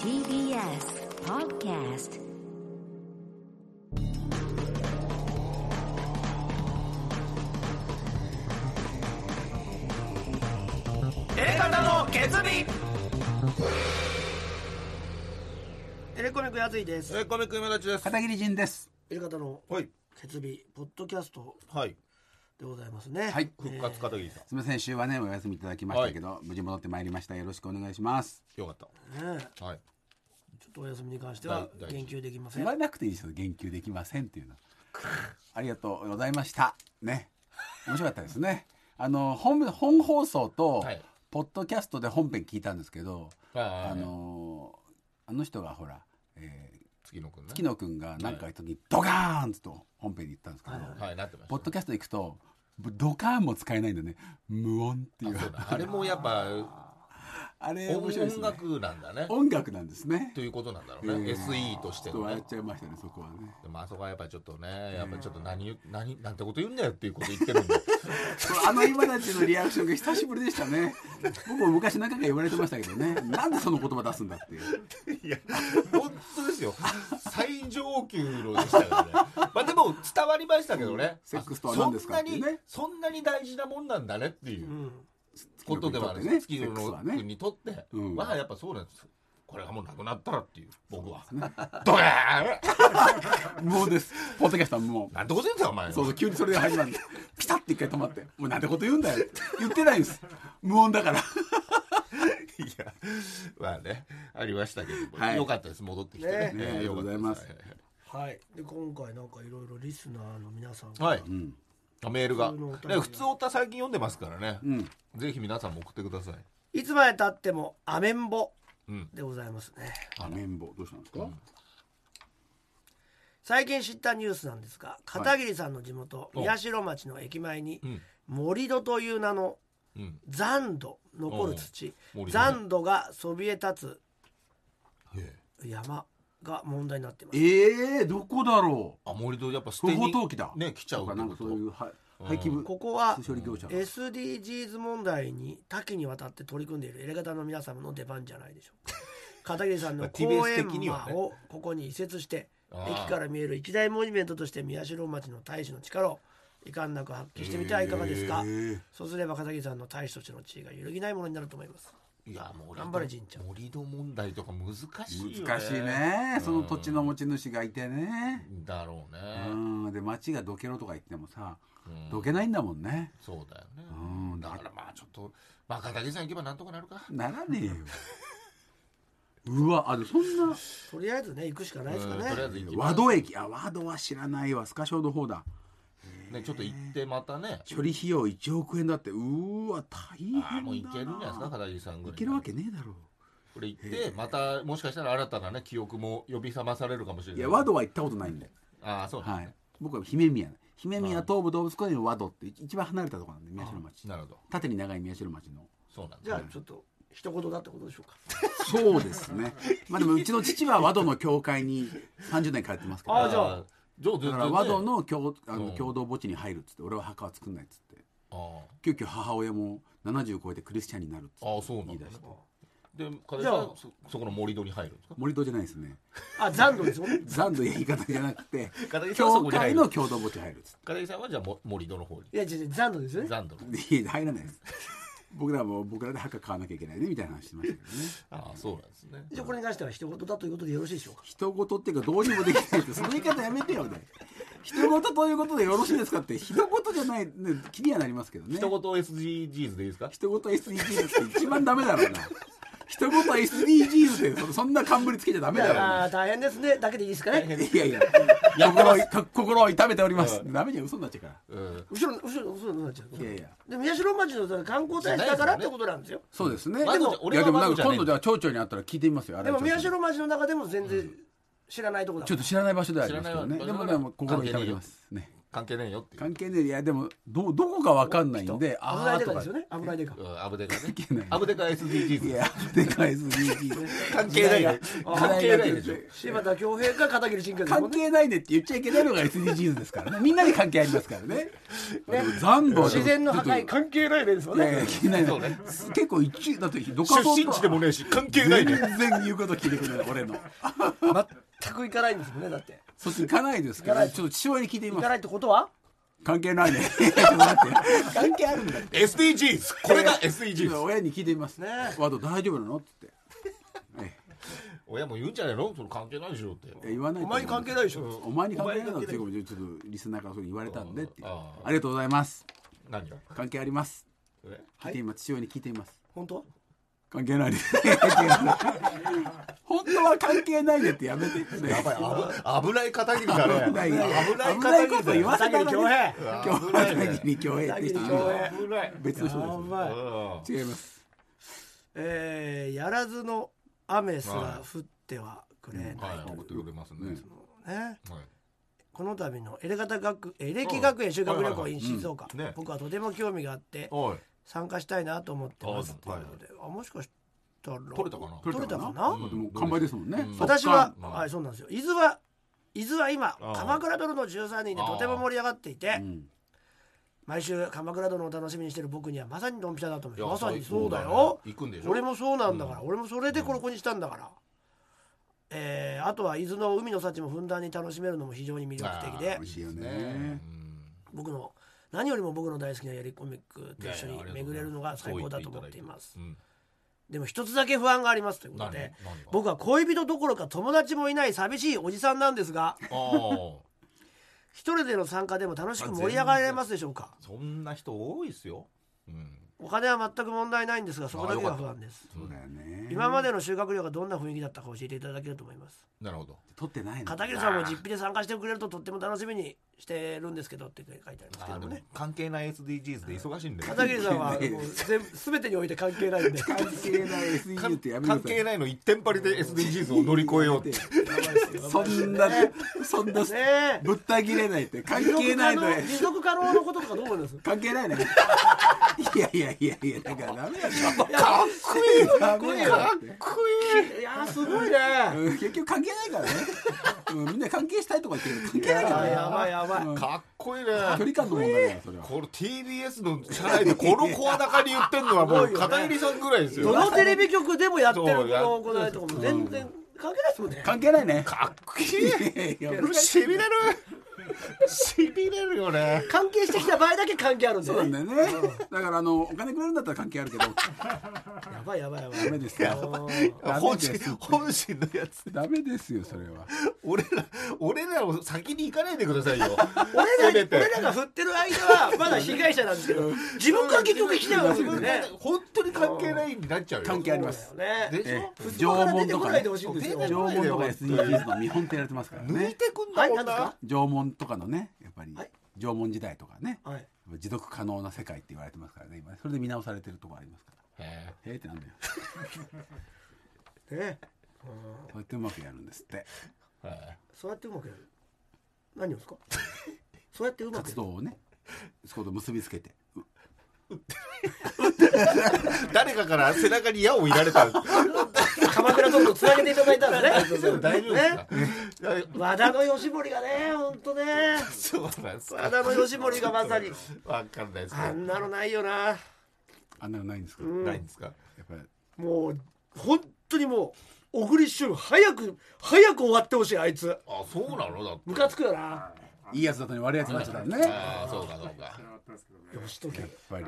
TBS Podcast 方の決意エレコミックやついですえー、コミック今立ちです。片桐仁です。エレ方のはい。決意ポッドキャストはい。でございますねはい復活片桐さすみません、週はね、お休みいただきましたけど、無事戻ってまいりました。よろしくお願いします。ん。よかっえーねた。はい。ちょっとお休みに関しては大大事言及できません言わなくていいですよ、言及できませんっていうのは。ありがとうございました。ね。面白かったですね。あの、本、本放送とはい、ポッドキャストで本編聞いたんですけど、ああ、の、あの人がほら、えー月野くんね。月野くんが何か言った時に、ドカーンと本編に行ったんですけど、はい、なってました。ポッドキャスト行くと、ドカーンも使えないんだね。無音っていう。そうだあれもやっ ぱ、あれ面白いです音ね。楽なんだね。音楽なんですねと。いうことなんだろうね。SE としちょてっとの笑ねっ。ちゃいましたね、そこはね。でもあそこはやっぱりちょっとね、やっぱりちょっと何言う、何、なんてこと言うんだよっていうこと言ってるんで。あの今たちのリアクションが久しぶりでしたね。僕も昔何回か言われてましたけどね。なんでその言葉出すんだって いう。いや、 本当ですよ。最上級のでしたよね。まあでも伝わりましたけどね。セックスとは何ですかそっんてないうにね、そんなに大事なもんなんだねっていう。うんことではあるんです月野君にとってうんはやっぱそうなんですこれがもうなくなったらっていう僕はドヤーンもうです。ポッドキャストはも なんてこと言うんだよおう。前そうそう、急にそれで始まるんで。ピタッて一回止まって。もうなんてこと言うんだよ。言ってないんです。無音だかいら。やまあねありましたけども、はいよかったです戻ってきてねねねありがとうございますよかったではいで今回なんかいろいろリスナーの皆さんはがい、はいメールが普通のお便りがね普通おた最近読んでますからね、うん。ぜひ皆さんも送ってくださいいつまでたってもアメンボうんでございますねあ、綿棒。どうしたんですか、最近知ったニュースなんですが片桐さんの地元お宮代町の駅前にうん盛り土という名のうん残土残る土おう盛り土ね残土がそびえ立へえつ山が問題になってますええー、どこだろあ森戸やっぱ捨うて不に法投棄だ。ね来ちゃうとってかこなんかとそういうは廃棄物ここは処理業者の。 SDGs 問題に多岐にわたって取り組んでいるエレガタの皆様の出番じゃないでしょ うか片桐さんの公 TBS 園的に馬はねをここに移設してあー駅から見える一大モニュメントとして宮代町の大使の力を遺憾なく発揮してみてはいかがですか、えーそうすれば片桐さんの大使としての地位が揺るぎないものになると思いますいやもう頑張れ神ちゃん森戸問題とか難しいよね難しいね。その土地の持ち主がいてね。だろうね、うん、で町がどけろとか言ってもさ、うんどけないんだもんねそうだよね、うんだからまあちょっとまあ片桐さん行けばなんとかなるかならねえようわあでもそんなとりあえずね行くしかないですかうんとりあねえず行きま和す戸駅あ和戸は知らないわスカショウの方だねちょっと行ってまたね処理費用1億円だってうーわ大変だあなあもう行けるんじゃないですか片桐さんぐらいいけるわけねえだろこれ行ってまたもしかしたら新たなね記憶も呼び覚まされるかもしれうないいや和戸は行ったことないんで、ああそうですね、はい、僕は姫宮姫宮東武動物公園の和戸って一番離れたところなんで宮代町なるほど縦に長い宮代町のそうなんですじゃあちょっと一言だってことでしょうかそうですねまあでもうちの父は和戸の教会に30年通ってますけどあじゃあじゃあ全だから然和道の共あのうん共同墓地に入るっつって俺は墓は作んないっつってああ急遽母親も70超えてクリスチャンになるっつってああそうな言んいだ、出ねして、で片桐じゃさあんそそこの盛り土に入るんですか森戸じゃないですねあ残土ですよね残土や言い方じゃなく て片桐さんはそこ教に入会るの共同墓地入るっつっ片桐さんはじゃあも盛り土の方にいや違う違う残土ですよね残土のていや入らないです僕らも僕らで墓買わなきゃいけないねみたいな話してましたけどねああそうなんですねじゃあこれに関しては一言だということでよろしいでしょうか人事っていうかどうにもできないってその言い方やめてよね人事ということでよろしいですかって人事じゃない、ね、気にはなりますけどね一言 SDGs でいいですか人事 SDGs って一番ダメだろうな人事 SDGs ってそそんな冠つけちゃダメだよああ大変ですねだけでいいですかねいやいや、心をか心を痛めております。ダメじゃん嘘になっちゃうかうん後ろ後ろ後ろになっちゃうら。いやいや。で宮代町のその観光大使だからってことなんですよそうですね。まあででもも、い俺はやでもまなあんじかゃねえ今度じゃあ町長に会ったら聞いてみますよ。あれでも宮町長代町の中でも全然知らないとこだちょっと知らない場所ではありますけどね。知らないでも場所ね、もう心を痛めてますね。関係ねえよっていう。関係ねえいやでもどどこかわかんないんで危あないーでとかかですよね。危ないでか。うんアブデカね係ない。アブデカ SDGs。いやでかい SDGs 関係ないね時代が関係ないでしょ。柴田恭平か片桐仁君ですも関んね。係ないねって言っちゃいけないのが SDGs ですからねみんなに関係ありますからねでも残土自然の破壊ち関係ないですょもっんといやいやね。気になるそうね結構一位だってどか出そう身地でもねえし、関係ない全ね。然言うこと聞いてくれない俺の全く行かないんですもんね。だってそっち行かないですからちょっと父親に聞いてみ行まかすないってことは関係ないねちょっと待って関係あるんだって SDGs。これがちょっと SDGs。親に聞いてみますねねワード大丈夫なのって言って親も言うんじゃないのそれ関係ないでしょって。いや言わないおと思う前に関係ないでしょ。お前に関係ないなおん前に関係なていいうことでちょっとリスナーからそう言われたんでっていうああありがとうございます何が関係ありますえ聞いてみます父親に聞いてみます本当？関係ないです。違う本当は関係ないでってやめて。やばいあぶ、危ない片桐だね。危ない危ない危ない片こと桐言だよわ片せた桐恭らね。平。今日危ないねはに共栄って人いるよ平危ない。別の人やでばい。うんす。違います。えーやらずの雨すら降ってはくれないはい、送ってくれますね。ね。はいこの度のエレガタ学エレキ学園修学旅行はい in 静岡、うんね僕はとても興味があっておい、参加したいなと思ってますとあいうはいことで、あもしかしたら取れたかな取れたかなうんでも完売ですもんねう。ん私は、まあはい、そうなんですよ伊豆は伊豆は今ああ鎌倉殿の13人でとても盛り上がっていて、うん毎週鎌倉殿を楽しみにしてる僕にはまさにドンピシャだと思いやうまさにそうだねよ行くんでしょ。俺もそうなんだから、うん俺もそれでこの子にしたんだから、えーあとは伊豆の海の幸もふんだんに楽しめるのも非常に魅力的あでー美味しいよねね。僕の何よりも僕の大好きなやりコミックと一緒に巡れるのが最高だと思っていますうんでも一つだけ不安がありますということ何で何が僕は恋人どころか友達もいない寂しいおじさんなんですがあー一人での参加でも楽しく盛り上がれますでしょうかそんな人多いですよ。うん。お金は全く問題ないんですがそこだけが不安ですそうだよね。今までの修学旅行がどんな雰囲気だったか教えていただけると思いますなるほど。撮ってないの。片桐さんも実費で参加してくれるととっても楽しみにしてるんですけどって書いてありますけどあーでももね関係ない SDGs で忙しいんで。片桐さんはもう 関係ない全部全てにおいて関係ないんで関係ない SEU ってやめな関さい係。ないの一点張りで SDGs を乗り越えようって。そんなそんなねえぶった切れないって関持係続な可いの能持続可能のこととかどう思います関係ないね。いやいやいやいやだからダメだよ。かっこいいダメだよかっこいいいやーすごいねやうん結局関係ないからね。うんみんな関係したいとか言ってるけど関係ないからばいね。やばいやばいうんかっこいい距ね離感の問題だよそれは。この TBS の社内でこの声高に言ってんのはもう片桐さんぐらいですどのよテレビ局でもやってるこそうやの行いとかも全然関係ないですもんね関係ないね。かっ こいいいやいやしびれるしびれるよね関係してきた場合だけ関係あるんでそうなんだねよね。だからあのお金くれるんだったら関係あるけどやばいやばいやばいダメですよ。あーダメ本で心す本心のやつダメですよそれは。俺ら俺らを先に行かないでくださ いよ俺せめらて俺らが振ってる間はまだ被害者なんですけど自分が結局被害をす自る分んねが本当に関係ないになっちゃうよ関係あります。ねでしょええそこ縄から出文てとこなかいねでほしいんですよそう出縄てこ文とか SDGs の見本ってやられてますから抜いね。てくんはだいもん何ですなか縄文とかのねやっぱりはい縄文時代とかねはい持続可能な世界って言われてますからね今ねそれで見直されてるとこありますから。へへえってなんだよ。ねそうやってうまくやるんですってえへそうやってうまくやる何をですかそうやってうまく活やる動をねそこと結びつけてうえ 誰かから背中に矢を射られた鎌倉殿とつなげていただいたんだね大丈夫ですかいや和田の吉盛がね本当ね そうなんです和田の吉盛がまさにわかんないですあかんなのないよなあんなのないんですか、ないんですかやっぱりもう本当にもう小栗旬早く早く終わってほしいあいつあそうなのだってムカつくよないいやつだったのに悪いやつになっちゃったのねやああそうかそうか義時っぱり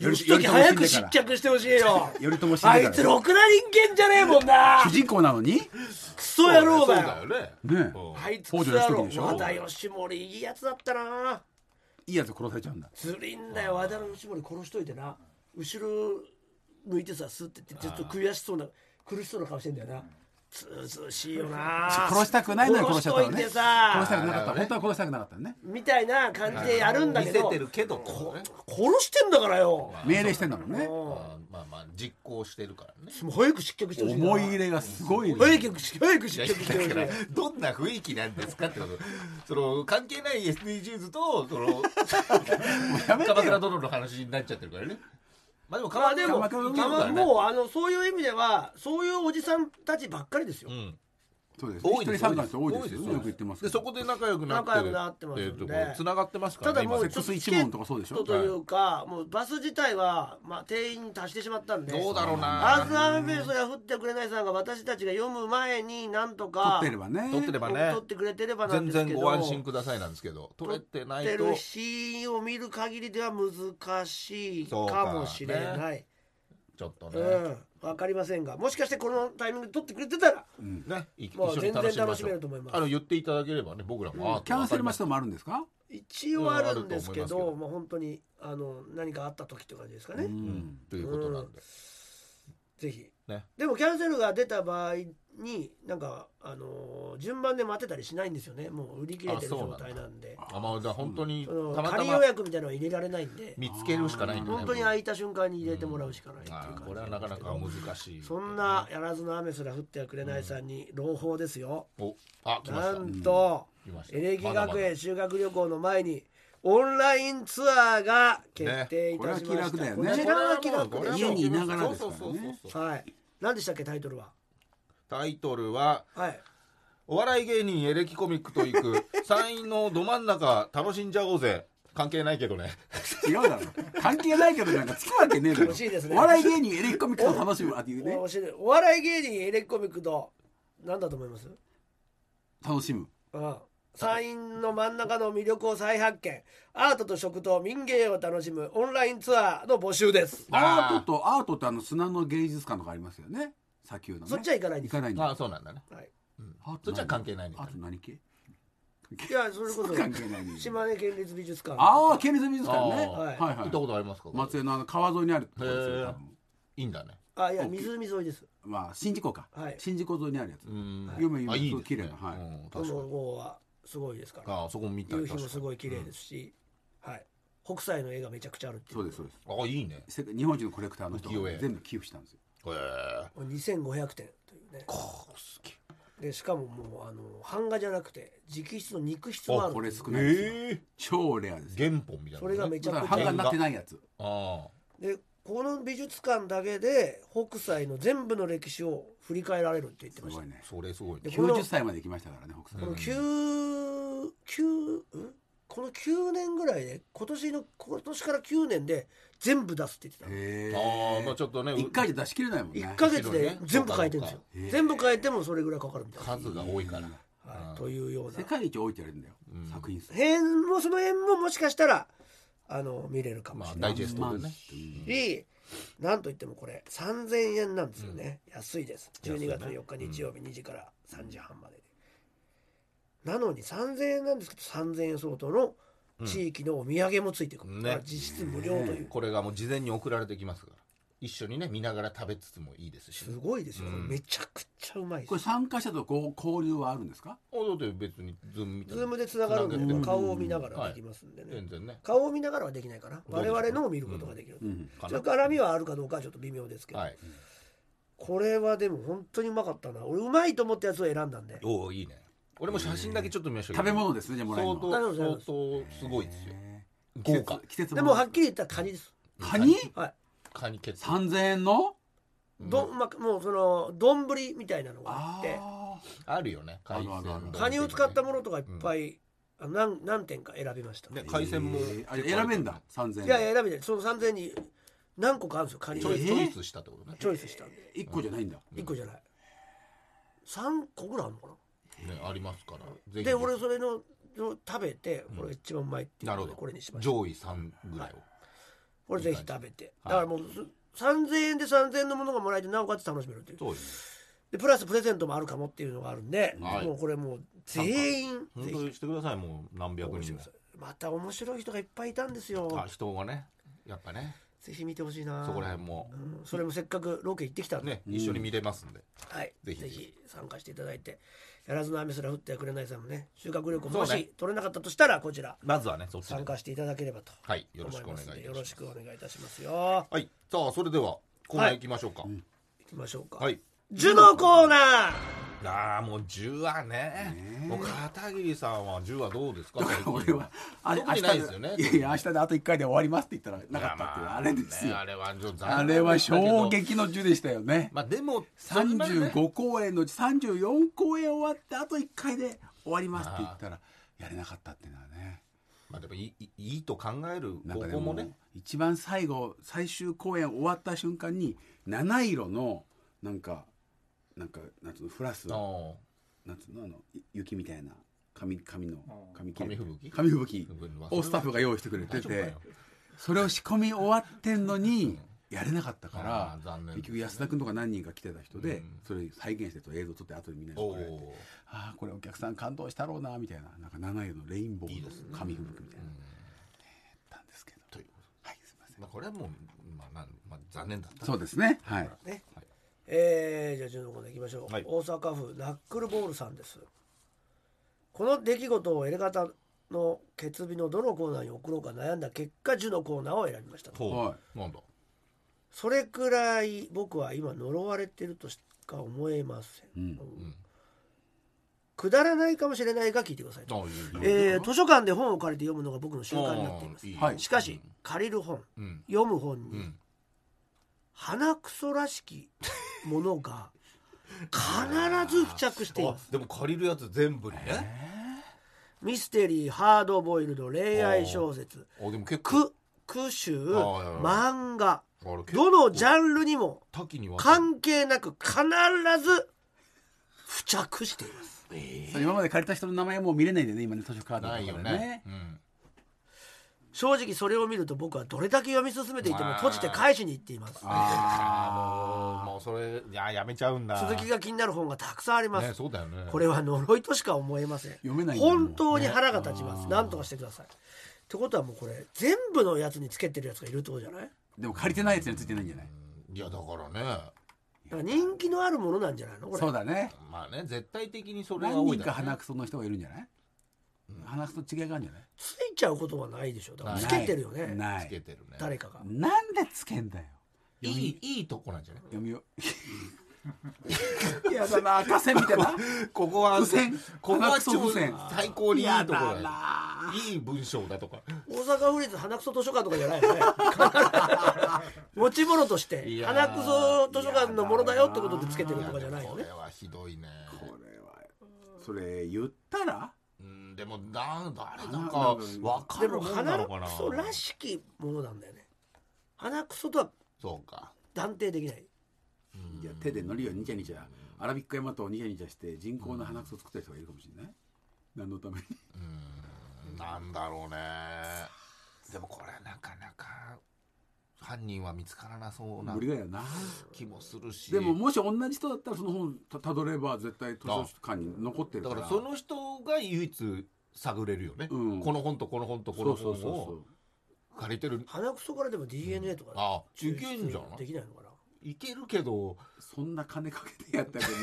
義時早く失脚してほしいよ 頼朝死んでからあいつろくな人間じゃねえもんな主人公なのにクソ野郎そうだだよよねねえうんあいつク北ソ野条義時郎でしょ和田義盛いいやつだったないいやつ殺されちゃうんだずりんだよ和田義盛殺しといてな後ろ向いてさスッてってちょっと悔しそうな苦しそうな顔してんだよなずうずうしいよな殺したくないのに殺しちゃったのね殺しといてさ殺したあくなかった、ーなるほどね本当は殺したくなかったのねみたいな感じでやるんだけど見せてるけどこね殺してんだからよ、命令してんだもんねうんあーまあまあ実行してるからねもう早く失脚してほしいな思い入れがすごいね早く早くいや失脚してほしいだからどんな雰囲気なんですかってことその関係ない SDGs と そのやめてよ鎌倉殿の話になっちゃってるからねまあでもまあでも鎌倉殿いけるからまあねもうあのそういう意味ではそういうおじさんたちばっかりですよ、うんそうですね多い一です人参加の人多いですよねよく言ってますけでどそこで仲良くなって仲良くなってますんでえーとこう繋がってますからたねだもう今ちょっセックス一問とかそうでしょチケットというか、もうバス自体は、まあ、定員に達してしまったんでどうだろうなアースアームベースが降ってくれないさんが私たちが読む前になんと取かってればね取ってればね取ってくれてればなん全ですけど然ご安心くださいなんですけど取れてない取ってとる日を見る限りでは難しいかそうかもしれないちょっとう,、ねんわかりませんがもしかしてこのタイミングで取ってくれてたらねい一もう緒に全楽しみ然ま楽ししょめうると思いますあの言っていただければね僕らもあーキャンセル待ちとかもあるんですか一応あるんですけうんあると思いどますけどもう本当にあの何かあった時って感じですかね、うんということなんでぜひねでもキャンセルが出た場合になんか、あのー順番で待てたりしないんですよねもう売り切れてるあそうなん状だ態なんであまあだから本当にそのたまた仮ま予約みたいなのは入れられないんで見つけるしかないんだね本当にこれ空いた瞬間に入れてもらうしかないっていうあ感ーじこれはななんですかなけかど難しいそんなやらずの雨すら降ってはくれないさんに朗報ですよ、おあ来ましなたんと、来ましたエレキ学まだま園修学旅行の前にオンラインツアーが決定いたしました、ねこれはこだ気楽だよねちらは気楽これではすもう家にいながらですからねそうそうそうそうはい何でしたっけタイトルはタイトルははいお笑い芸人エレキコミックと 行く山陰のど真ん中楽しんじゃおうぜ関係ないけどね違うだろ関係ないけどなんかつくわけねえだろ欲しいですねお笑い芸人エレキコミックを楽しむあっていうねお教えてお笑い芸人エレキコミックと何だと思います楽しむうん山陰の真ん中の魅力を再発見アートと食と民芸を楽しむオンラインツアーの募集ですあアーートとアートってあの砂の芸術館とかありますよね砂丘のねそっちは行かないんで行すかないんあだあそうなんだねはい、アートそっちは関係ないねアート何系いやそれこそ関係ないね島根県立美術館ああ県立美術館ねあーはい行はったいことありますか松江のあの川沿いにあるとこですへーよ多分いいんだねあいや湖沿いですまあ新宿かはい新宿沿いにあるやつうん有名有名あいいですすごねい綺麗なはいうんこ確かのに号はすごいですからああそこも見たい夕日も確かすにごい綺麗ですし、はい北斎の絵がめちゃくちゃあるっていうそうですそうですああいいねせ日本人のコレクターの人浮世絵が全部寄付したんですよへえ2500点というねでしかももうあの版画じゃなくて直筆の肉筆もあるあこれ少ないえ超レアですよ原本みたいなそれがめちだゃからくちゃ版画になってないやつあでこの美術館だけで北斎の全部の歴史を振り返られるって言ってすましごたいこあねそれすごいねこの90歳まで行きましたからね北斎の9 9んこの9年ぐらいで今年の今年から9年で全部出すって言ってへああまあちょっとね1回じゃ出し切れないもんねた1か月で全部変えてるんですよへえ全部変えてもそれぐらいかかるみたいな、数が多いからはい、というような世界一多いって言われるんだよ、作品数辺もその辺ももしかしたらあの見れるかもましあれなダいイジェストでねし、なんといってもこれ3000円なんですよね、安いです12月4日日曜日2時から3時半までで、なのに3000円なんですけど3000円相当の地域のお土産もついてくる、ねだから実質無料という、これがもう事前に送られてきますから一緒にね見ながら食べつつもいいですしすごいですよ、これめちゃくちゃうまいですこれ参加者とこう交流はあるんですかあだって別にズームみたいズなームでつながるん繋でげて顔を見ながらできますんでね、全然ね顔を見ながらはできないかなう我ですか々のを見ることができる、かなそれから絡みはあるかどうかはちょっと微妙ですけど、はいこれはでも本当にうまかったな俺うまいと思ったやつを選んだんでおおいいね俺も写真だけちょっと見ましたけ食どべ物ですねじゃあもらえる相のなるほ当どなる相ほど当すごいですよ季豪華節季節でもはっききり言ったらカニですカニはいカニケツ3000円のどんまあ、もうその丼みたいなのがあってああるよね海鮮あるあるあるカニを使ったものとかいっぱい、あ何何点か選びました、ねー海鮮もえーあれ選べんだ3000円いやいや選びないその3000に何個かあるんですよカニチがョイスチチョイスしたってことねョイスしたんで1個じゃないんだ1個じゃない3個ぐらいあるのかなねありますからぜひで俺それのの食べてこれが一番うまいっていうなのるでほどこれにしました上位三ぐらいをこれぜひ食べてだからもう3000円で3000円のものがもらえてなおかつ楽しめるっていうそうよねでプラスプレゼントもあるかもっていうのがあるんで、はいもうこれもう全員本ぜ当ひにしてくださいもう何百人もまた面白い人がいっぱいいたんですよあ人がねやっぱねぜひ見てほしいなそこら辺もうんそれもせっかくロケ行ってきたんで、ね一緒に見れますんで、はい、ぜぜひひ参加していただいてやらずの雨すら降ってはくれないさんもね修学旅行もそうしね取れなかったとしたらこちらまずはねそっちで参加していただければとはいよ思ろしいくおま願いすのでいたしよまろすしくお願いいたしますよはいさあそれではコーナー行きましょうか、行きましょうか、はいジュのコーナーああもう10話ねもう片桐さんは10話どうですか 俺はあれ明特に日ないですよねいやいや明日であと1回で終わりますって言ったらなかったっていう、まあ、れですよ、ねあれはちょっと残念あれは衝撃の10でしたよねまあでも35公演のうち34公演終わってあと1回で終わりますって言ったらやれなかったっていうのはねまあでもいいいいと考えるなん高かで校ももね一番最後最終公演終わった瞬間に七色のなんかなんかなんつうのフラスあなんあつうのあのい雪みたいな紙紙の紙切れ紙吹雪紙吹雪忘れをスタッフが用意してくれて大丈夫かてよそれを仕込み終わってんのにやれなかったかあーら残念ですね結局安田君とか何人か来てた人でうんそれ再現してと映像撮って後でみんなにお送られておああこれお客さん感動したろうなみたいななんか七色のレインボーの紙吹雪みたいなやったんですけどというこはいすいませとんまあこれはもうまあなんまあ残念だったそうですねはいね、はいえーじゃあ順のコーナー行きましょう、はい大阪府ナックルボールさんですこの出来事をエレガタの決日のどのコーナーに送ろうか悩んだ結果ジュのコーナーを選びましたほうはなんだそれくらい僕は今呪われてるとしか思えません、うんんくだらないかもしれないが聞いてくださいああいいよえー図書館で本を借りて読むのが僕の習慣になっていますああいいはいしかし借りる本うん読む本うにん鼻くそらしきもの が必ず付着していまあすでも借りるやつ全部にねミステリーハードボイルド恋愛小説あでも結構く句集ああいやいや漫画あれ結構どのジャンルにも多岐にわたる関係なく必ず付着していますそう今まで借りた人の名前はもう見れないんでね今ね図書カードとかなでいねよねうん正直それを見ると僕はどれだけ読み進めていても閉じて返しに行っていますああもうそれいややめちゃうんだ続きが気になる本がたくさんあります、ねそうだよねこれは呪いとしか思えません読めないんだもん本当に腹が立ちます、なんとかしてくださいってことはもうこれ全部のやつにつけてるやつがいるってことじゃないだでも借りてないやつにはついてないんじゃないいやだからねから人気のあるものなんじゃないのこれそうだねまあね絶対的にそれが何多い人だろかうね鼻くその人がいるんじゃない鼻くそと違いがあるんじゃないついちゃうことはないでしょだからないつけてるよねなつけいてるね誰かがなんでつけんだよいいいいとこなんじゃない 読みよいやだな赤線みた いなここは付箋ここ鼻はくそ付箋最高にいいとこやろだだなよいい文章だとか大阪府立花くそ図書館とかじゃないよね 持ち物としていやー花くそ図書館のものだよってことでつけてるとかじゃないよこねれはひどいねこれはそれ言ったらうんでもな誰なんかなんわかかでるももんな花のくかなそらしきものなんだよね花くそとはそうか断定できないいや手でのりをニチャニチャアラビックヤマトをニチャニチャして人工の鼻くそ作った人がいるかもしれない何のためになんだろうねでもこれなかなか犯人は見つからなそうな無理だよな気もするしでももし同じ人だったらその本たたどれば絶対図書館に残ってるだかかららその人が唯一探れるよね、うんこの本とこの本とこそのうそう本そうをそ借りてる花くそからでも DNA とか、あ抽い出けんじゃないできないのかないけるけどうそんな金かけてやったらない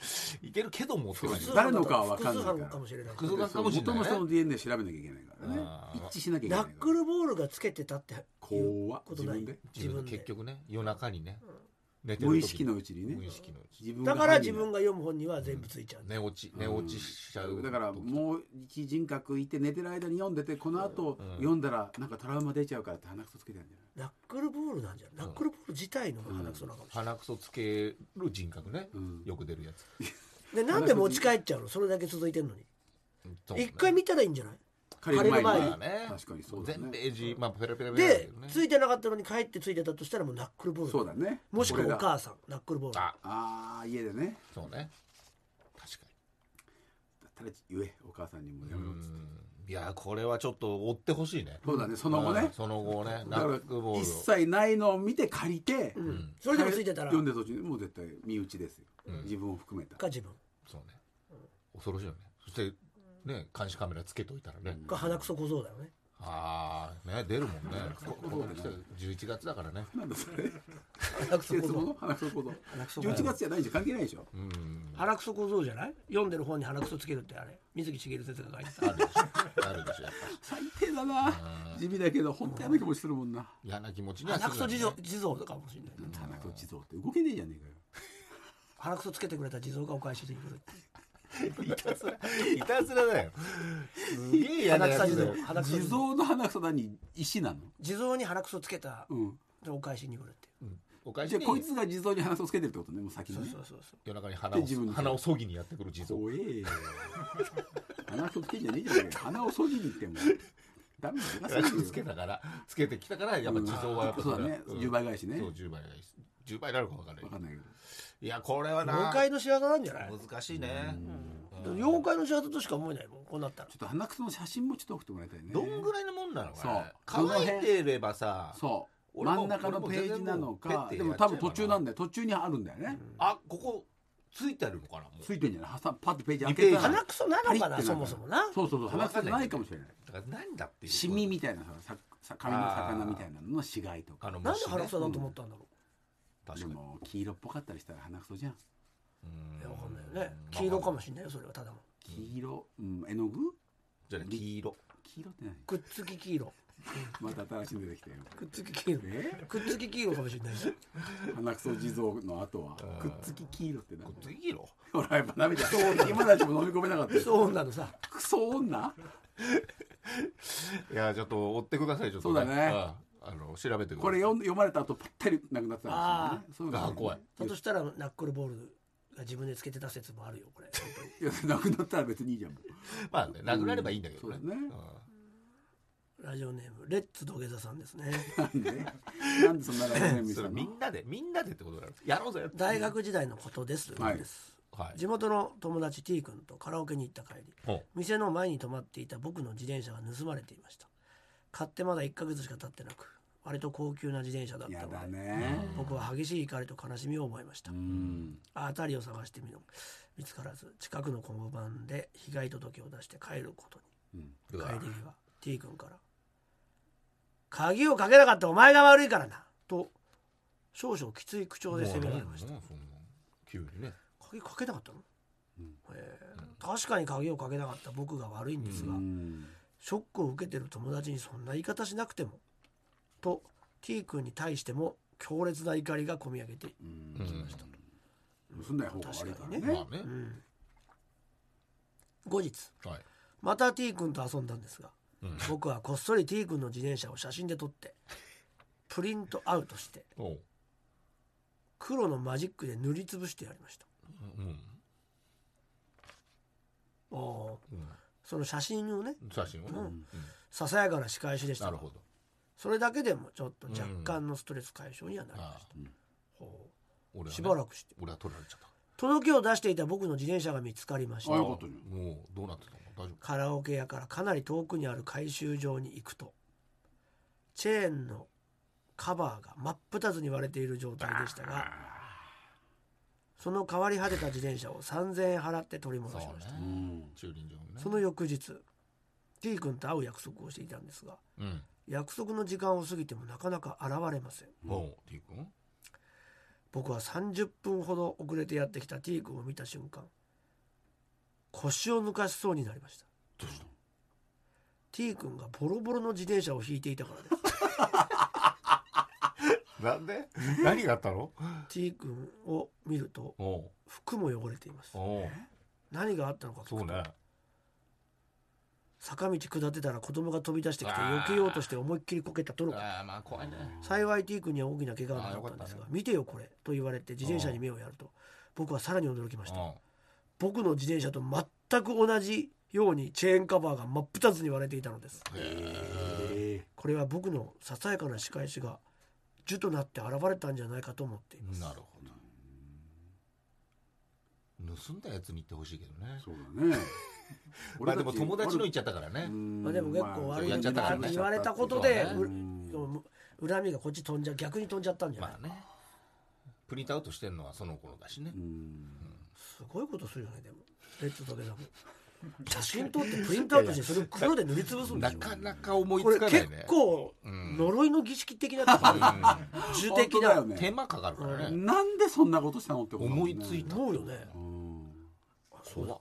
でしいけるけど持ってない複そう数誰のかは分かんない複数犯かもしれない複数ょそうかもしれないね元の人の DNA 調べなきゃいけないからねあー一致しなきゃいけナないッかクらルボールがつけてたっていう怖っこと自ない分で自分で結局ね夜中にね、寝てる時に無意識のうちに無ね意識のうち自分がだ犯人から自分が読む本には全部ついちゃう、寝落ち寝落ちしちゃう、だからもう一人格いて寝てる間に読んでてこの後読んだらなんかトラウマ出ちゃうからって鼻くそつけてんだよナックルボールなんじゃないナックルボール自体の花くそなのかもしれない、鼻くそつける人格ね、んよく出るやつでなんで持ち帰っちゃうのそれだけ続いてんのにそうね一回見たらいいんじゃない借りる前る前ににまあね確かにそうだ全ペねージまあペラペラペラだけでどねついてなかったのに帰ってついてたとしたらもうナックルボールそうだねもしくこれはだお母さんナックルボールあああ家でねそうね確かにだったら言えお母さんにもやめろっつっていやこれはちょっと追ってほしいねそうだねその後うねんその後ねだナかッらクボールを一切ないのを見て借りてうんそれでもついてたら読んでる途中にもう絶対身内ですよ自分を含 めたか自分そうね恐ろしいよねそしてね監視カメラつけといたらねか鼻くそ小僧だよねああね出るもんねこここ来た11月だからねなんだそれ腹くそ節小僧物花くそこ腹くそと11月じゃないんじゃ関係ないでしょうん腹くそ小僧じゃない読んでる本に腹くそつけるってあれ水木しげる先生が書いてたあるでしょあるでしょやっぱ最低だな地味だけど本当嫌な気持ちするもんな嫌な気持ちにはす腹るくそ地よ蔵ね地蔵かもしれない田中地蔵って動けねえじゃね腹くそつけてくれた地蔵がお返ししてくるっていたずらいたずらだよすげえ嫌な鼻くそや地つだ蔵よ鼻くそえかよ地地蔵蔵の花くそ何石なの地蔵に腹くそつけたうんお返しに来るってお返しじゃにあこいつが地蔵に花くそつけてるってことねもう先そうにねそうそうそう夜中に鼻をで自分で鼻をそぎにやってくる地蔵怖えよ花くそつけんじゃねえじゃねえかよ花をそぎに行ってもダメだよつけたからつけてきたからやっぱ地蔵はやっぱそうだねうん10倍返しねそう10倍がいい10倍になるか分かんないわかんないけどいやこれはな妖怪の仕業なんじゃない難しいねうん妖怪の仕業としか思えないもんこうなったらちょっと花くその写真もちょっと送ってもらいたいねどんぐらいのもんなのかそねう乾いてればさそう俺も真ん中のページなの俺もか全で然ももうペッてや多分っちゃえばな途中なんだよ途中にあるんだよねあここついてるのかなもうついてんじゃない挟んパッとページ開二けペーたジら鼻くそなのかパリッなてそもそもなそうそうそうわ鼻くかそんじゃないなけいかどもしれないだから何だっていうシミみたいなささ髪の魚みたいなのの死骸とあかのなん虫でね腹くそだと思ったんだろ確でかにも黄色っぽかったりしたら鼻くそじゃんうんういやわかんないよね黄色かもしれないよそれはただの黄色、うん、絵の具じゃあね黄色黄色って何くっつき黄色また新しいの出てきたよ くっつき黄色えくっつき黄色かもしれないね鼻くそ地蔵の後はくっつき黄色って何黄色ほらやっぱ涙今たちも飲み込めなかったよそうなのさクソ女いやちょっと追ってくださいちょっとそうだねうんあの調べてくださいこれ読ん読まれた後ぱったりなくなってたんですよねそういうのねあー怖いだとしたらナックルボールが自分でつけてた説もあるよ これ本当にいやなくなったら別にいいじゃん もうまあね殴らればいいんだけどねうんそうだねんラジオネームレッツ土下座さんですね なんでなんでそんなラジオネームにしそたれのみんなでみんなでってことだろやろうぜ大学時代のことです、はいですはい地元の友達 T 君とカラオケに行った帰りほう店の前に止まっていた僕の自転車が盗まれていました買ってまだ1ヶ月しか経ってなく割と高級な自転車だったやだので、ね僕は激しい怒りと悲しみを覚えましたうん辺りを探してみる見つからず近くの交番で被害届を出して帰ることにうんうわ帰り際 T 君から「鍵をかけなかったお前が悪いからな」と少々きつい口調で責められましたもうそんな急にね鍵かけなかったの、うんえー確かに鍵をかけなかった僕が悪いんですうが、んショックを受けてる友達にそんな言い方しなくてもと T 君に対しても強烈な怒りがこみ上げていうんきました、盗んだ方が悪いから確かにねまあねうん後日はいまた T 君と遊んだんですがうん僕はこっそり T 君の自転車を写真で撮ってプリントアウトしておう黒のマジックで塗りつぶしてやりましたうんあーうその写真をねん写真をねうんうんささやかな仕返しでしたながるほどそれだけでもちょっと若干のストレス解消にはなりまあしあた、ほ俺うはねしばらくして俺は取られちゃった届けを出していた僕の自転車が見つかりましたあよかったじゃんもうどうなってたの大丈夫カラオケ屋からかなり遠くにある回収場に行くとチェーンのカバーが真っ二つに割れている状態でしたがその変わり果てた自転車を3,000円払って取り戻しましたそうそ,、ねうん駐輪場にねの翌日 T 君と会う約束をしていたんですがうん約束の時間を過ぎてもなかなか現れませんおう T 君僕は30分ほど遅れてやってきた T 君を見た瞬間腰を抜かしそうになりましたどうした T 君がボロボロの自転車を引いていたからです なんで 何があったの T 君を見るとおう服も汚れていますおう何があったのか聞くとそうね坂道下ってたら子供が飛び出してきて避けようとして思いっきりこけたとのことああまあ怖いね幸い T 君には大きな怪我はなかったんですあーよかが「っ見てよこれ」と言われて自転車に目をやると僕はさらに驚きましたおう僕の自転車と全く同じようにチェーンカバーが真っ二つに割れていたのですえこれは僕のささやかな仕返しが樹となって現れたんじゃないかと思っていますなるほど盗んだやつに言ってほしいけどねーそうだねまあでも友達の言っ一ちゃったからねまあ、でも結構悪いやっちゃったからね言われたことで、そううう恨みがこっち飛んじゃ逆に飛んじゃったんじゃない、まあねプリントアウトしてんのはその頃だしねうん すごいことするよねでもレッツ土下座も写真撮ってプリントアウトしてそれを黒で塗りつぶすんでなしょかなか思いこれつかないね結構うん呪いの儀式的なとこ呪的な本 当だ手よね間かかるからねなんでそんなことしたのってことだもんね思いついた思うよねうんそうだ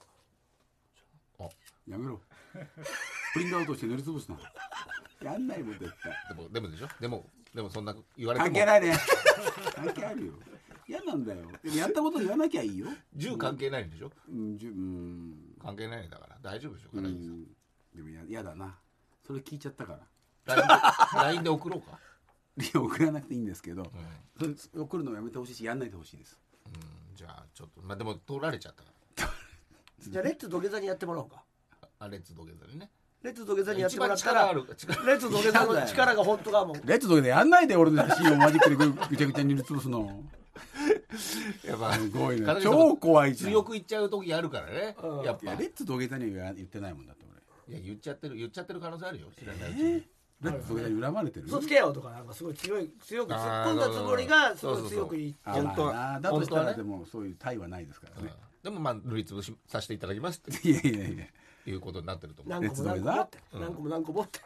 やめろプリントアウトして塗りつぶすなやんないもん絶対でもでもでしょでもでもそんな言われて関係もないね関係あるよ嫌なんだよでもやったこと言わなきゃいいよ銃関係ないんでしょうんじゅうん関係ないんだから大丈夫でしょう片桐さんんでもや嫌だなそれ聞いちゃったから LINE で送ろうかいや送らなくていいんですけどうんそれ送るのやめてほしいしやんないでほしいですうんじゃあちょっとまあでも取られちゃったかじゃあレッツ土下座にやってもらおうからあレッツ土下座にねレッツ土下座にやって一もら番った力あらレる力ッツ土下座の力が本当かもレッツとかでやんないで俺の写真をマジックでぐぐちゃぐちゃに塗りつぶすのやっぱす ごいね片桐さんも超怖いじゃん強く言っちゃう時あるからねうんやっいやぱレッツ土下座には言ってないもんだって俺いや言っちゃってる言っちゃってる可能性あるよ知らないうちにえレッツ土下座に恨まれてる嘘つけよとかなんかすごい強い強く突っ込んだつもりがすごい強く言っあ本当はまあなだと本した当はらねでもそういう対はないですからうんねでもまあ塗りつぶしさせていただきますっいやいやいやていうことになってると思う何個も何個もって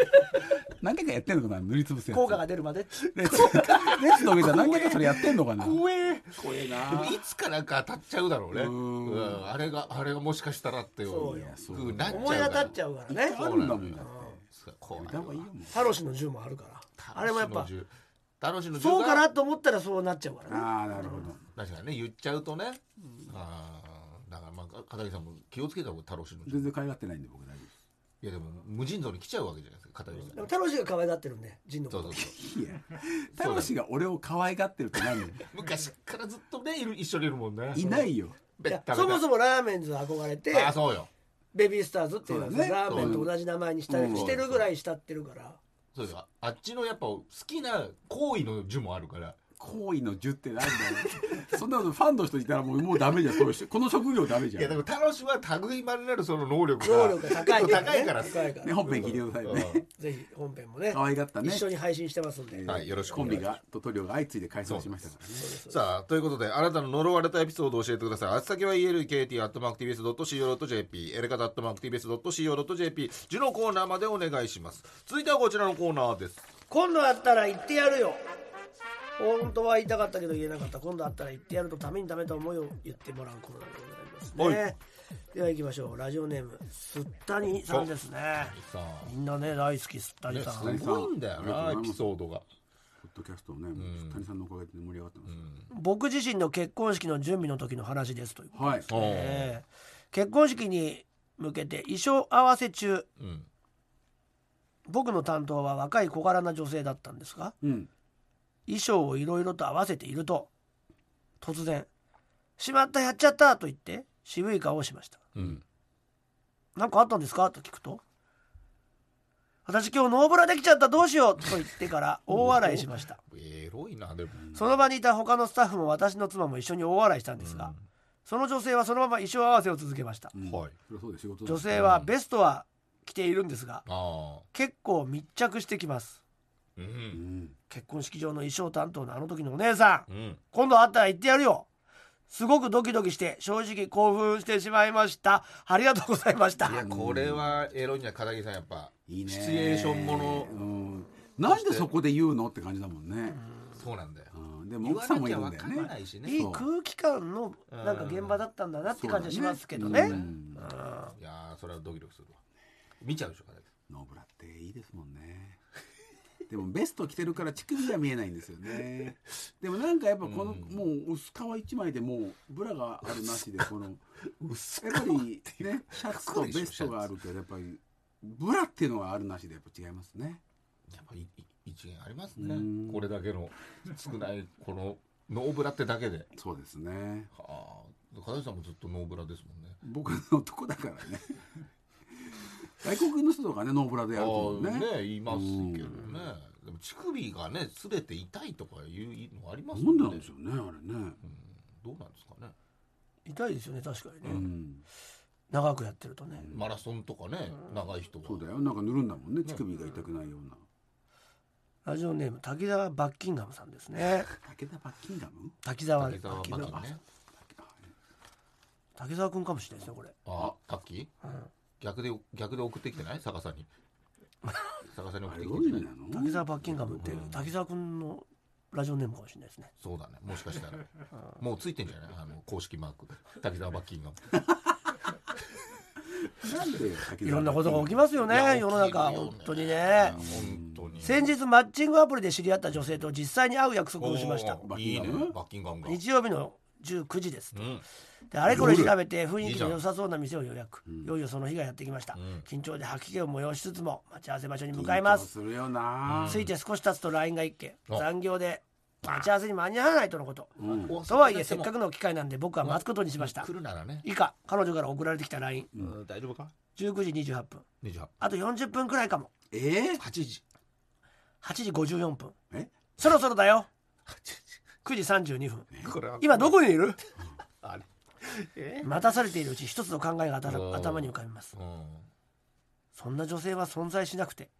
レッツ土下座何個も何個もって何回かやってんのかな塗りつぶすやつ効果が出るまでレッツ レッツ土下座何回かそれやってんのかな怖え怖えなでもいつかなんか当たっちゃうだろうねうーんうんあれがあれがもしかしたらってそうよふうになっちゃう思い当たっちゃゃうからねあるんだもんだっうこてうやなるめた方がわいいよもうサロシの銃もあるからあれもやっぱ楽しの銃そうかながと思ったらそうなっちゃうからねああなるほど確かにね言っちゃうとねあーだからまあ片桐さんも気をつけた方が楽しの銃全然可愛がってないんで僕大丈いやでも無尽蔵に来ちゃうわけじゃないですか片桐さんでもタロシが可愛がってるんでジンのそこうそとうそう夫いやタロシが俺を可愛がってるって 何昔からずっとねいる一緒にいるもんねいないよベいッやタそももそもラーメンズ憧れてあそうよベビースターズっていうのはそうだねラーメンと同じ名前にしたうんしてるぐらい慕ってるからそうよあっちのやっぱ好きな行為の樹もあるから好意の10ってなんだよ そんなことファンの人いたらもうもうダメじゃんそういう人この職業ダメじいゃんやでも楽しは類いまれなるその能力が能力が高いからね 高いから高いからね本編聞いてくださいねぜひ本編もね可愛がったね一緒に配信してますんでえーはいよろしくおコン願いビしますがとトリオが相次いで解散しましたからねさあということであなたの呪われたエピソードを教えてくださいあつ先は elkt.mactvs.co.jp エレカタ .mactvs.co.jp 字のコーナーまでお願いします続いてはこちらのコーナーです今度会ったら言ってやるよ本当は言いたかったけど言えなかった今度会ったら言ってやるとためにためた思いを言ってもらうコーナーでございますねでは行きましょうラジオネームすったにさんですねさみんなね大好きすったあにねさん、すごいんだよなあエりがとうございますピソードがポッドキャストをね、谷さんのおかげで盛り上がってます。僕自身の結婚式の準備の時の話ですということはい。おで、ーえー結婚式に向けて衣装合わせ中うん僕の担当は若い小柄な女性だったんですがうん。衣装をいろいろと合わせていると突然「しまったやっちゃった!」と言って渋い顔をしましたうん「何かあったんですか?」と聞くと「私今日ノーブラできちゃったどうしよう!」と言ってから大笑いしましたエロいなでもその場にいた他のスタッフも私の妻も一緒に大笑いしたんですが、その女性はそのまま衣装合わせを続けました、はいそりゃそうで仕事だ女性はベストは着ているんですがああ結構密着してきますううんん。結婚式場の衣装担当のあの時のお姉さんうん今度会ったら言ってやるよすごくドキドキして正直興奮してしまいましたありがとうございましたいやこれはエロいんじゃ片桐さんやっぱいいね。シチュエーションものうん。なんでそこで言うのって感じだもんね。そうなんだようん。でも言奥わさんなもいきゃる分んだよからなね。いしねいい空気感のなんか現場だったんだなって感じはしますけどねそうだねいやーそれはドキドキするわ見ちゃうでしょ片桐ノーブラっていいですもんね。でもベスト着てるから乳首が見えないんですよね。でもなんかやっぱこの、もう薄皮一枚でもうブラがあるな しでこの薄やっぱりねシャツとベストがあるけどやっぱりブラっていうのがあるなしでやっぱ違いますね。やっぱりい一元ありますねこれだけの少ないこのノーブラってだけでそうですね。はあ片桐さんもずっとノーブラですもんね僕のとこだからね外国の人とかねノーブラでやると思うあねあね言いますけどねでも乳首がねすべて痛いとかいうのありますなもんんでねなんでしょうねあれねうんどうなんですかね痛いですよね確かにね、うん長くやってるとね、マラソンとかね長い人はそうだよなんか塗るんだもんね乳首が痛くないようなラジオネーム滝沢バッキンガムさんですね武田バッキンガム滝沢滝沢マキね滝沢くんかもしれないですねこれあ楽器逆で逆で送ってきてない逆さ に逆さに送あっれてどきういてなう意い味なの滝沢バッキンガムって滝沢君のラジオネームかもしれないですねそうだねもしかしたらもうついてんじゃないあの公式マーク滝沢バッキンガムなんでいろんなことが起きすますよいやね世の中起きるよね本当にね本当に先日マッチングアプリで知り合った女性と実際に会う約束をしましたおーいいねバッキンガムが日曜日の19時ですうんであれこれ調べて雰囲気の良さそうな店を予約いよいよその日がやってきました、ん緊張で吐き気を催しつつも待ち合わせ場所に向かいますするよな着いて少し経つと LINE が1件あ残業で待ち合わせに間に合わないとのことうんおとはいえせっかくの機会なんで僕は待つことにしました来るならね以下彼女から送られてきた LINE19 うん大丈夫か時28分28あと40分くらいかもえー8時8時54分えそろそろだよ9時32分これは今どこにい るあれ待たされているうち一つの考えが頭うん頭に浮かびますうんそんな女性は存在しなくて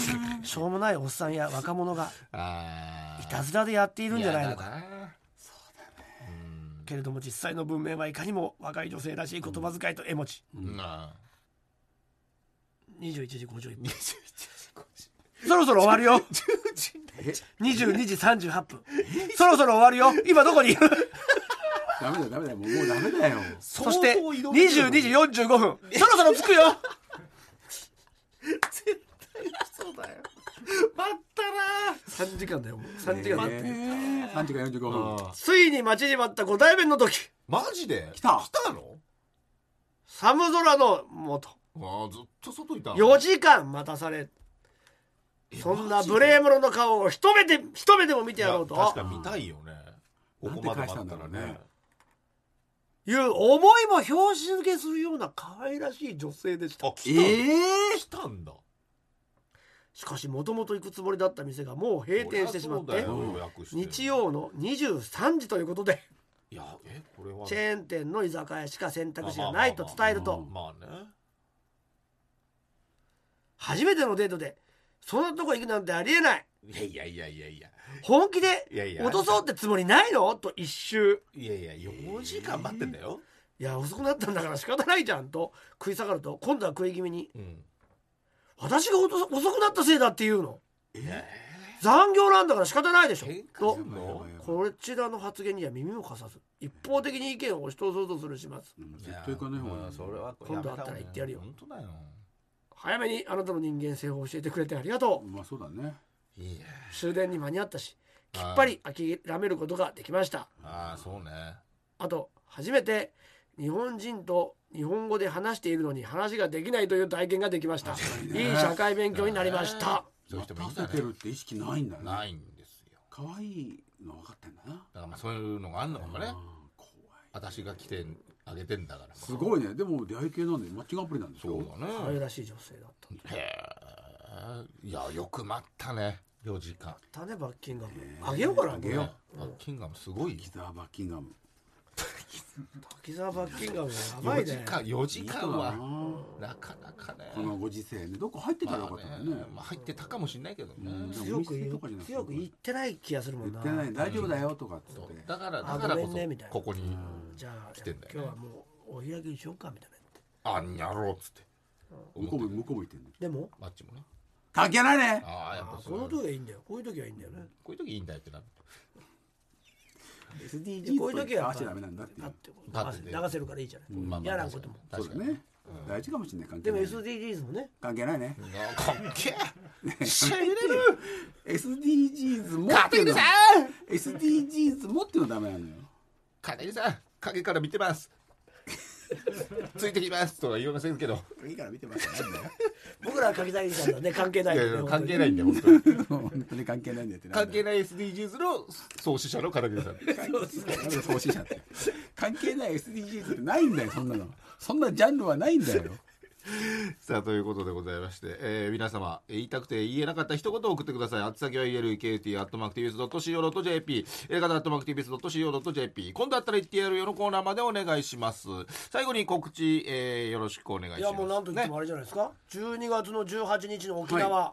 しょうもないおっさんや若者があいーたずらでやっているんじゃないのかやだなけれども実際の文面はいかにも若い女性らしい言葉遣いと絵文字なあ21時51分21時そろそろ終わ るよ22時38分そろそろ終わるよ今どこにいるダメだよダメだよもうもうダメだよそして相当移動してる22時45分そろそろ着くよそうだよ待った3時間だよもうえ3ー3時間45分なついに待ちに待ったご対面の時マジで来た来たの寒空の元わあずっと外いたの4時間待たされえそんなマジで無礼者の顔を一目で一目でも見てやろういや確とかに見たいよねここまで待ったらなんて返したんだろうねねいう思いも拍子抜けするような可愛らしい女性でしたあ来たえ来たんだしかしもともと行くつもりだった店がもう閉店してしまっそりゃてそうだよ予約して日曜の23時ということでいやえこれはチェーン店の居酒屋しか選択肢がないと伝えるとまあね初めてのデートでそんなとこ行くなんてありえないいやいやいやいやいや本気いやいでや落とそうってつもりないのと一周いやいや4時間待ってんだよ、いや遅くなったんだから仕方ないじゃんと食い下がると今度は食い気味にうん私が遅遅くなったせいだっていうのえ残業なんだから仕方ないでしょ喧嘩とすんのーこちらの発言には耳も貸さず一方的に意見を押し通そうとする始末うん絶対行かない方やがまいあいそれは今度会ったら言ってやるよ本当だよ早めにあなたの人間性を教えてくれてありがとうまあそうだねいや終電に間に合ったしきっぱり諦めることができましたああそうねあと初めて日本人と日本語で話しているのに話ができないという体験ができましたいい社会勉強になりましたそういう人もいいんだせてねるって意識ないんだねないんですよ可愛いの分かってんだなだからまあそういうのがあんのかもねあー怖い私が来てあげてんだからすごいねでも出会い系なんでマッチングアプリなんでしそょう可だね愛らしい女性だったへえいやよく待ったね4時間だねバッキンガムあげようかなあげようもバッキンガムすごいよキザーバッキンガムう滝沢バッキンガムやば4い時ね間4時間いいはななかなかねこのご時世ねどこ入ってたらよかったのにねまあねまあ入ってたかもしれないけどね、うん強く言お店うとかじゃなくて強く言ってない気がするもん言なってない大丈夫だよとかっつそうってだからあだからごめんねみこたいなそここにじゃあ来てんだよね今日はもうお開きにしようかみたいなあんやろうっつって向こうも向こうも言ってんのでもマッチもね関係ないねああやっあぱこそうのこ時はいいんだよこういう時はいいんだよねういう時いいんだよってなる SDGs こういう時はと言って合わせちゃダメなんだっていパッうてこうパッて流せ流せるからいいじゃない、まあまあ嫌なこともそう確だかにね大事かもしれない関係でもない SDGs もね関係ないねいやかっけ えしゃべれる SDGs も片ってい桐うのさはん SDGs もっていうのはダメな のよ片桐さん影から見てます ついてきますとは言いませんけどいいから見てますよ僕らは書きたいからね関係ないいかやらいねや関係ないいんだよ本当に本当に関係ないんだよってなんだよ関係ない SDGs の創始者の片桐さんなんで創始者って関係ない SDGs ってないんだよそんなのそんなジャンルはない んだよさあということでございまして、えー皆様えー言いたくて言えなかった一言を送ってくださいあつ先は elkt.mactvs.co.jp 映画 .mactvs.co.jp 今度あったら言ってやるよのコーナーまでお願いします最後に告知、えーよろしくお願いしますやもうなんといってもあれじゃないですか、12月の18日の沖縄、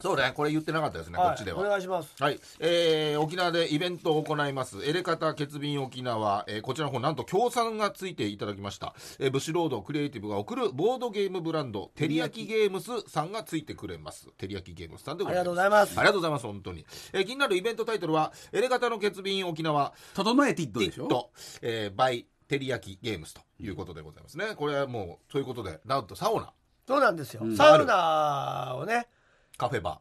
そうねこれ言ってなかったですね、こっちではお願いしますはい、えー沖縄でイベントを行いますエレカタ欠便沖縄、えーこちらの方なんと協賛がついていただきました、えーブシロードクリエイティブが送るボードゲームブランドテリヤキゲームスさんがついてくれますテリヤキゲームスさんでごあざりいがますとうございますありがとうございます本当に、えー気になるイベントタイトルはエレカタの欠便沖縄整えていっとティでしッょト、えー、バイテリヤキゲームスということでございますね、これはもうということでなんとサウナそうなんですよ、うんサウナをねカフェバ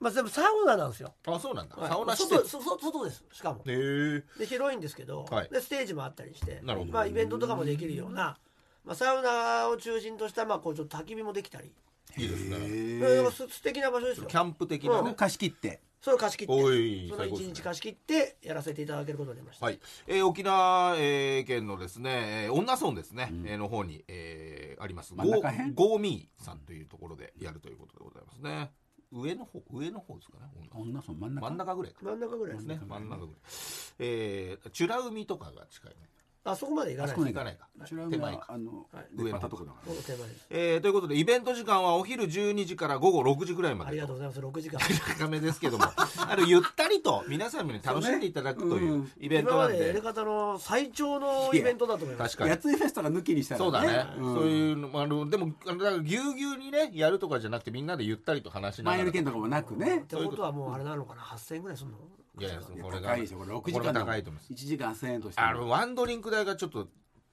まあでもサウナなんですよーあそうなんだ、はいサウナ施外設そそ外ですしかもへーで広いんですけど、はいでステージもあったりしてなるほどまあ、イベントとかもできるような、まあ、サウナを中心とした、まあ、こうちょっと焚き火もできたり、いいですねえへーえす素敵な場所ですよキャンプ的なね、うん貸し切ってそれを貸し切っておいその最高一ですね日貸し切ってやらせていただけることになりました、はい、えー沖縄、えー県のですね、えー、女村ですね、えーの方に、えーあります、真ん中辺ゴーゴーミーさんというところでやるということでございますね。上の方、上の方ですかね、女女その真ん中村真ん中ぐらいか真ん中ぐらいでですすねね、真ん中ぐらい。えー、チュラ海とかが近いね。あそこまで行かあなそいこですね行かないか。こちらは手前かあのはい上のとこだかここ手前ですえーということで、イベント時間はお昼12時から午後6時ぐらいまあでりがととうございます6時間高めですけども、あのゆったりと皆さんに楽しんでいただくとそういねうイベン今トなまんでやりで、方の最長のイベントだと思います確からにや。ついフェスタが抜きにしたらそうだね、んそういうのもあのでもあのだからぎゅうぎゅうにねやるとかじゃなくてみんなでゆったりと話しながら前売り券とかもなくねってことはもうあれなのかな8000円ぐらいすんのいやいやいやこれが高いでしょこれ6時これが間だ高いと思います1時間1000円としてもあのワンドリンク代がちょっと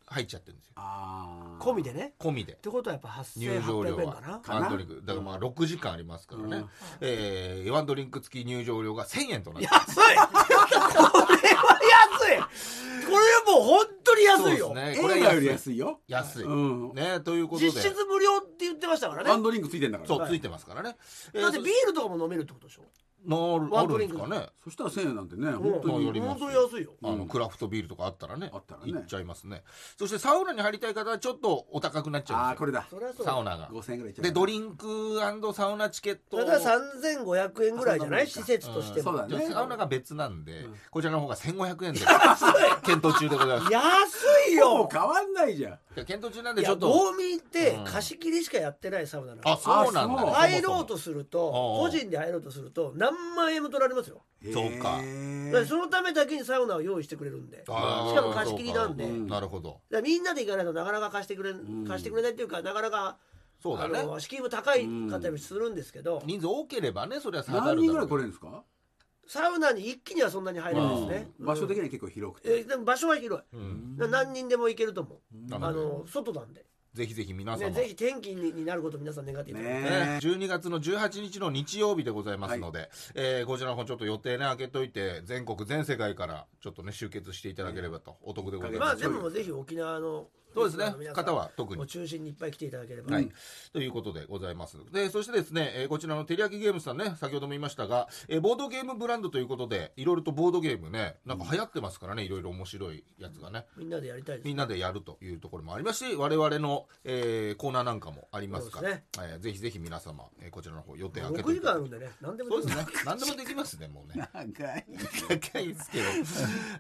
入っちゃってるんですよあー込みでね込みでってことはやっぱ入場料8800円かなはワンドリンクだからまあ6時間ありますからね、うんえーワンドリンク付き入場料が1000円となって安い これは安いこれはもう本当に安いよ、そうですねこれ映画より安いいよ安い、うんねということで実質無料って言ってましたからねワンドリンクついてんだからそう、はいついてますからね、えーだってビールとかも飲めるってことでしょそなワあンるドんリでンすクかねそしたら1000円なんてね本当まあよにります本よ当に安いよあのクラフトビールとかあったらねあったらね行っちゃいますねそしてサウナに入りたい方はちょっとお高くなっちゃあうあんこでれだそれはすそようサウナが5000円ぐらいいっちゃうでドリンクサウナチケットだから3500円ぐらいじゃないあ施そんなもんか設としてうんもそうだねじゃあサウナが別なんで、うんこちらの方が1500円で 検討中でございます安い今よ日変わんないじゃんいや検討中なんいでちやょっとゴーミーってうん貸し切りしかやってないサウナなのあそうなんあそうだ入ろうとするとおうお個う人で入ろうとすると何万円も取られますよそうかへだーからそのためだけにサウナを用意してくれるんでしあーかも貸し切りなんでそうかだうかなるほどらみんなで行かないとなかなか貸してくれんん貸してくれないっていうかなかなかそうだあねの敷居も高い方にするんですけど人数多ければねそれは下がるだ何ろう人ぐらい来れるんですかサウナに一気にはそんなに入れないですねうん場所的にには結構広くえてでも場所は広いうん、だから何人でも行けると思うなあのでの外なんでぜひぜひ皆様、ね、ぜひ天気にになることを皆さん願っていただきたい、ねね、12月の18日の日曜日でございますので、えーこちらの方ちょっと予定ね開けといて全国全世界からちょっとね集結していただければとお得でございます、まあでもぜひ沖縄のそうですリスナねーの皆さん方は特にを中心にいっぱい来ていただければ、はい、ということでございますでそしてですね、えーこちらのテリヤキゲームズさんね先ほども言いましたが、えーボードゲームブランドということでいろいろとボードゲームねなんか流行ってますからねいろいろ面白いやつがねみんなでやりたいですみんなでやるというところもありますし我々の、えーコーナーなんかもありますからそうですえーぜひぜひ皆様、えーこちらの方予定開けて6い時ただ間あるいてんでね何でもそうでできすまね何でもできますねもうね長い高い ですけど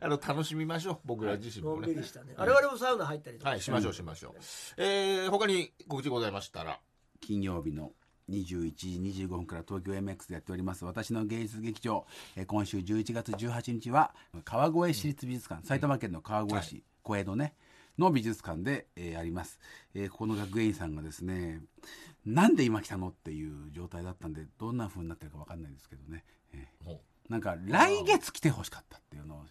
あの楽しみましょう僕ら自身のんもねびりしたね我々もサウナ入ったりとか、はいしましょうしましょう、えー他に告知ございましたら金曜日の21時25分から東京 MX でやっております私の芸術劇場、えー今週11月18日は川越市立美術館、埼玉県の川越市、小江戸ねの美術館で、えーあります、えーここの学芸員さんがですねなんで今来たのっていう状態だったんでどんな風になってるか分かんないですけどね、えもーなんか来月来てほしかったっていうのを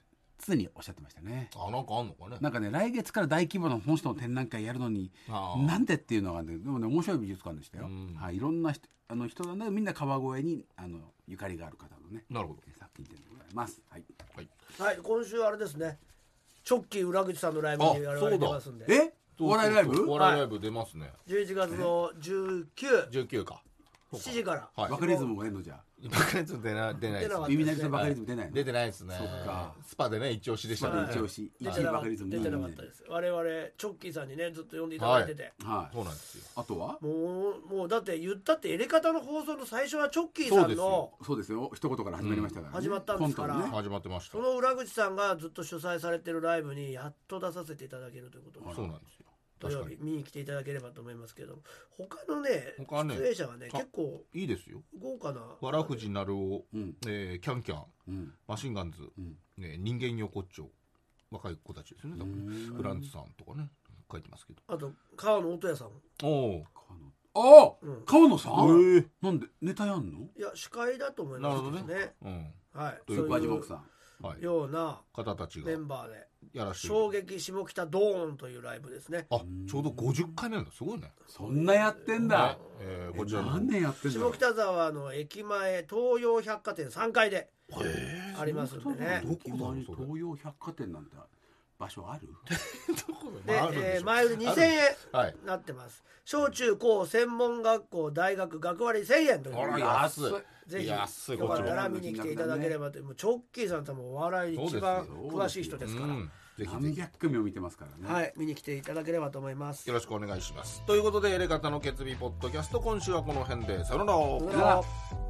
常におっしゃってましたねうあなんかあんのかねなんかね来月から大規模な本誌の展覧会やるのにあーなんでっていうのがねでもね面白い美術館でしたよ、うんはい、いろんな人あの人なんだけどみんな川越にあのゆかりがある方のねなるほど作品展でございます、はい、はいはい今週あれですねチョッキー裏口さんのライブにあ我々出ますんでえお笑いライブお笑いライブ出ますね。 11月の197 19か。時からはい。バカリズムも出んのじゃバカリズム出な出ないで出すなかったあね。耳鳴りとバカリズム出ないの、出てないですねそっか。スパでね一押しでしたねまだ。一押し出一て位なバかっカたリズム出てななかいっんでたです我々チョッキーさんにねずっと呼んでいただいてて、はいそうなんですよ。あとはもうもうだって言ったって入れ方の放送の最初はチョッキーさそうでんすよのそうですよ一言から始まりましたから、ねうん始まったんですからコントのね始まってましたそ。の裏口さんがずっと主催されてるライブにやっと出させていただけるということでそうなんですよ。土曜確日見に来ていただければと思いますけれども他のね他ね出演者はねあ結構いいですよ。豪華なわらふじなるお、うんえーキャンキャン、うんマシンガンズ、うんね、人間横丁、若い子たちですよね、多分フランツさんとかね、書いてますけど。あと川野音屋さんもおああ、うん川野さお、ん、えなんでネタやんいのや司会だと思いますけどなねうん、はいというそうバいジボうクさんはい、ような方たちがメンバーでやらしてる衝撃下北ドーンというライブですねあ、ちょうど50回目なんだ、すごいね。そんなやってんだね、えーえこちらの方何年やってんだろ下う北沢の駅前東洋百貨店3階でありますんでねどこだろうそれ東洋百貨店なんて場所 あるでまああるんえでーしょ前売り2000はい円なってます小中高専門学校大学学割1000円というあら安いぜひ安いよかこっっちたもら見に来ていただければと、もうチョッキーさんともお笑いに一番そうですよ詳しい人ですかうんぜひぜ何百組を見てますからね、ら、はい、見に来ていただければと思いますひよ。ろしくお願いしますということでエレガタの決意ポッドキャスト今週はこの辺でさよならさよらなら